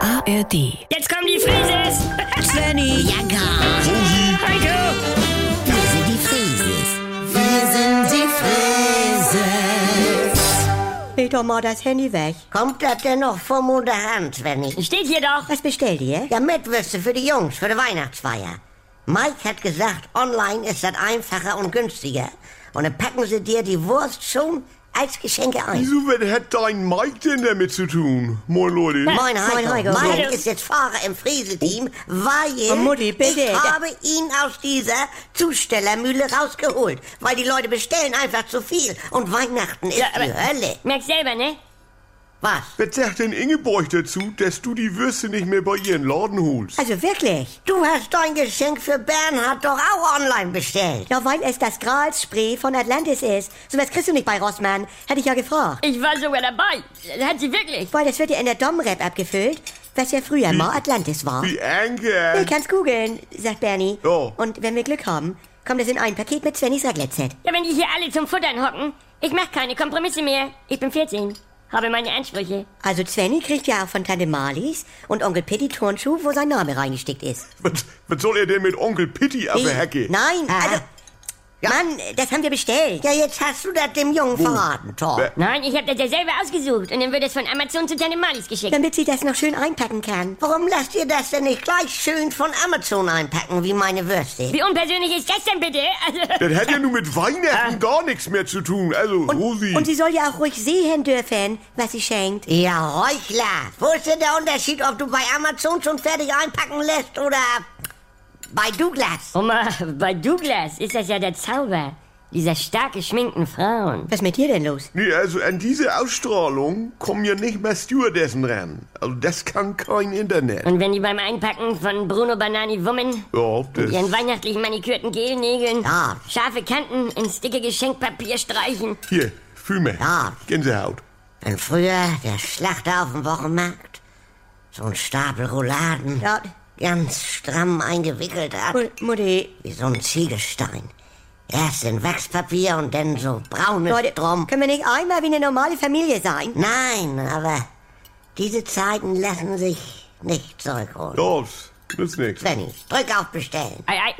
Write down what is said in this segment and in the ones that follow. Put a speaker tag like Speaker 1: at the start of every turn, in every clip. Speaker 1: ARD.
Speaker 2: Jetzt kommen die Frises!
Speaker 3: Svenny,
Speaker 4: Ja, gar.
Speaker 2: Heiko!
Speaker 4: Wir sind die Frieses. Wir sind die Frieses.
Speaker 3: leg doch mal das Handy weg.
Speaker 4: Kommt das denn noch vom Unterhand, Svenny?
Speaker 2: Steht hier doch!
Speaker 3: Was bestellt ihr?
Speaker 4: Ja, Mitwürste für die Jungs, für die Weihnachtsfeier. Mike hat gesagt, online ist das einfacher und günstiger. Und dann packen sie dir die Wurst schon als Geschenke ein.
Speaker 5: Wieso, was hat dein Mike denn damit zu tun? Moin Leute.
Speaker 4: Moin Heiko.
Speaker 3: Moin, Heiko.
Speaker 4: Mike
Speaker 2: Moin.
Speaker 4: ist jetzt Fahrer im Friese-Team, weil
Speaker 3: Oh, Mutti, bitte.
Speaker 4: ich habe ihn aus dieser Zustellermühle rausgeholt. Weil die Leute bestellen einfach zu viel und Weihnachten ist
Speaker 2: Ja, aber-
Speaker 4: die Hölle.
Speaker 2: Merkst selber, ne?
Speaker 4: Was?
Speaker 5: Was sagt denn Ingeborg dazu, dass du die Würste nicht mehr bei ihren Laden holst?
Speaker 3: Also wirklich?
Speaker 4: Du hast dein Geschenk für Bernhard doch auch online bestellt.
Speaker 3: Ja, weil es das Gralsspray von Atlantis ist. So was kriegst du nicht bei Rossmann. Hätte ich ja gefragt.
Speaker 2: Ich war sogar dabei. Hat sie wirklich.
Speaker 3: Weil das wird ja in der Domrep abgefüllt, was ja früher mal Atlantis war.
Speaker 5: Wie
Speaker 3: Ich
Speaker 5: Anke.
Speaker 3: kann's googeln, sagt Bernie.
Speaker 5: Ja.
Speaker 3: Und wenn wir Glück haben, kommt das in ein Paket mit Svennys Raclette-Set.
Speaker 2: Ja, wenn die hier alle zum Futtern hocken. Ich mach keine Kompromisse mehr. Ich bin 14. Habe meine Ansprüche.
Speaker 3: Also Svenny kriegt ja auch von Tante Marlies und Onkel Pitti Turnschuh, wo sein Name reingestickt ist.
Speaker 5: Was, was soll er denn mit Onkel Pitti
Speaker 3: Wie?
Speaker 5: abhacke?
Speaker 3: Nein,
Speaker 4: Ah.
Speaker 3: also... Mann, das haben wir bestellt.
Speaker 4: Ja, jetzt hast du das dem Jungen verraten, Tor.
Speaker 5: Wer-
Speaker 2: Nein, ich habe das ja selber ausgesucht. Und dann wird es von Amazon zu Tante Malis geschickt.
Speaker 3: Damit sie das noch schön einpacken kann.
Speaker 4: Warum lasst ihr das denn nicht gleich schön von Amazon einpacken, wie meine Würste?
Speaker 2: Wie unpersönlich ist das denn bitte? Also,
Speaker 5: Das hat ja nun mit Weihnachten gar nichts mehr zu tun. Also, Rosi.
Speaker 3: Äh. Und sie soll ja auch ruhig sehen dürfen, was sie schenkt.
Speaker 4: Ja, Heuchler. Wo ist denn der Unterschied, ob du bei Amazon schon fertig einpacken lässt oder bei Douglas?
Speaker 2: Oma, bei Douglas ist das ja der Zauber. Dieser stark geschminkten Frauen.
Speaker 3: Was ist mit dir denn los?
Speaker 5: Nee, also an diese Ausstrahlung kommen ja nicht mehr Stewardessen ran. Also, das kann kein Internet.
Speaker 2: Und wenn die beim Einpacken von Bruno Banani Wummen
Speaker 5: Ja, das.
Speaker 2: ihren weihnachtlich manikürten Gelnägeln
Speaker 4: Ja.
Speaker 2: scharfe Kanten ins dicke Geschenkpapier streichen.
Speaker 5: Hier, fühl mich.
Speaker 4: Ja.
Speaker 5: Gänsehaut.
Speaker 4: Wenn früher der Schlachter auf dem Wochenmarkt so einen Stapel Rouladen
Speaker 3: Ja.
Speaker 4: ganz stramm eingewickelt hat.
Speaker 3: Mu- Mutti,
Speaker 4: Wie so ein Ziegelstein. Erst in Wachspapier und dann so braunes
Speaker 3: Leute,
Speaker 4: Drum.
Speaker 3: können wir nicht einmal wie eine normale Familie sein?
Speaker 4: Nein, aber diese Zeiten lassen sich nicht zurückholen.
Speaker 5: Das nützt nichts.
Speaker 4: Svenny, drück auf Bestellen.
Speaker 2: Ei, ei.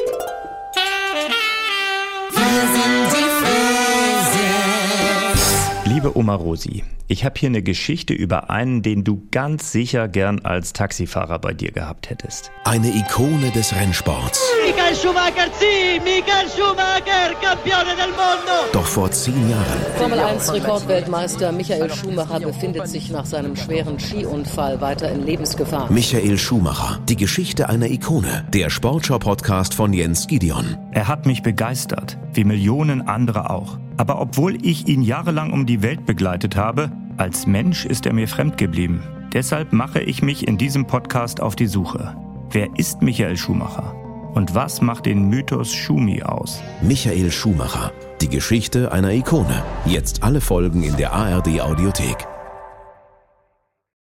Speaker 6: Liebe Oma Rosi, ich habe hier eine Geschichte über einen, den du ganz sicher gern als Taxifahrer bei dir gehabt hättest.
Speaker 7: Eine Ikone des Rennsports.
Speaker 8: Michael Schumacher, sì, Michael Schumacher, campione del mondo!
Speaker 7: Doch vor zehn Jahren
Speaker 9: Formel 1 Rekordweltmeister Michael Schumacher befindet sich nach seinem schweren Skiunfall weiter in Lebensgefahr.
Speaker 7: Michael Schumacher. Die Geschichte einer Ikone. Der Sportschau-Podcast von Jens Gideon.
Speaker 6: Er hat mich begeistert, wie Millionen andere auch. Aber obwohl ich ihn jahrelang um die Welt begleitet habe, als Mensch ist er mir fremd geblieben. Deshalb mache ich mich in diesem Podcast auf die Suche. Wer ist Michael Schumacher? Und was macht den Mythos Schumi aus?
Speaker 7: Michael Schumacher. Die Geschichte einer Ikone. Jetzt alle Folgen in der ARD Audiothek.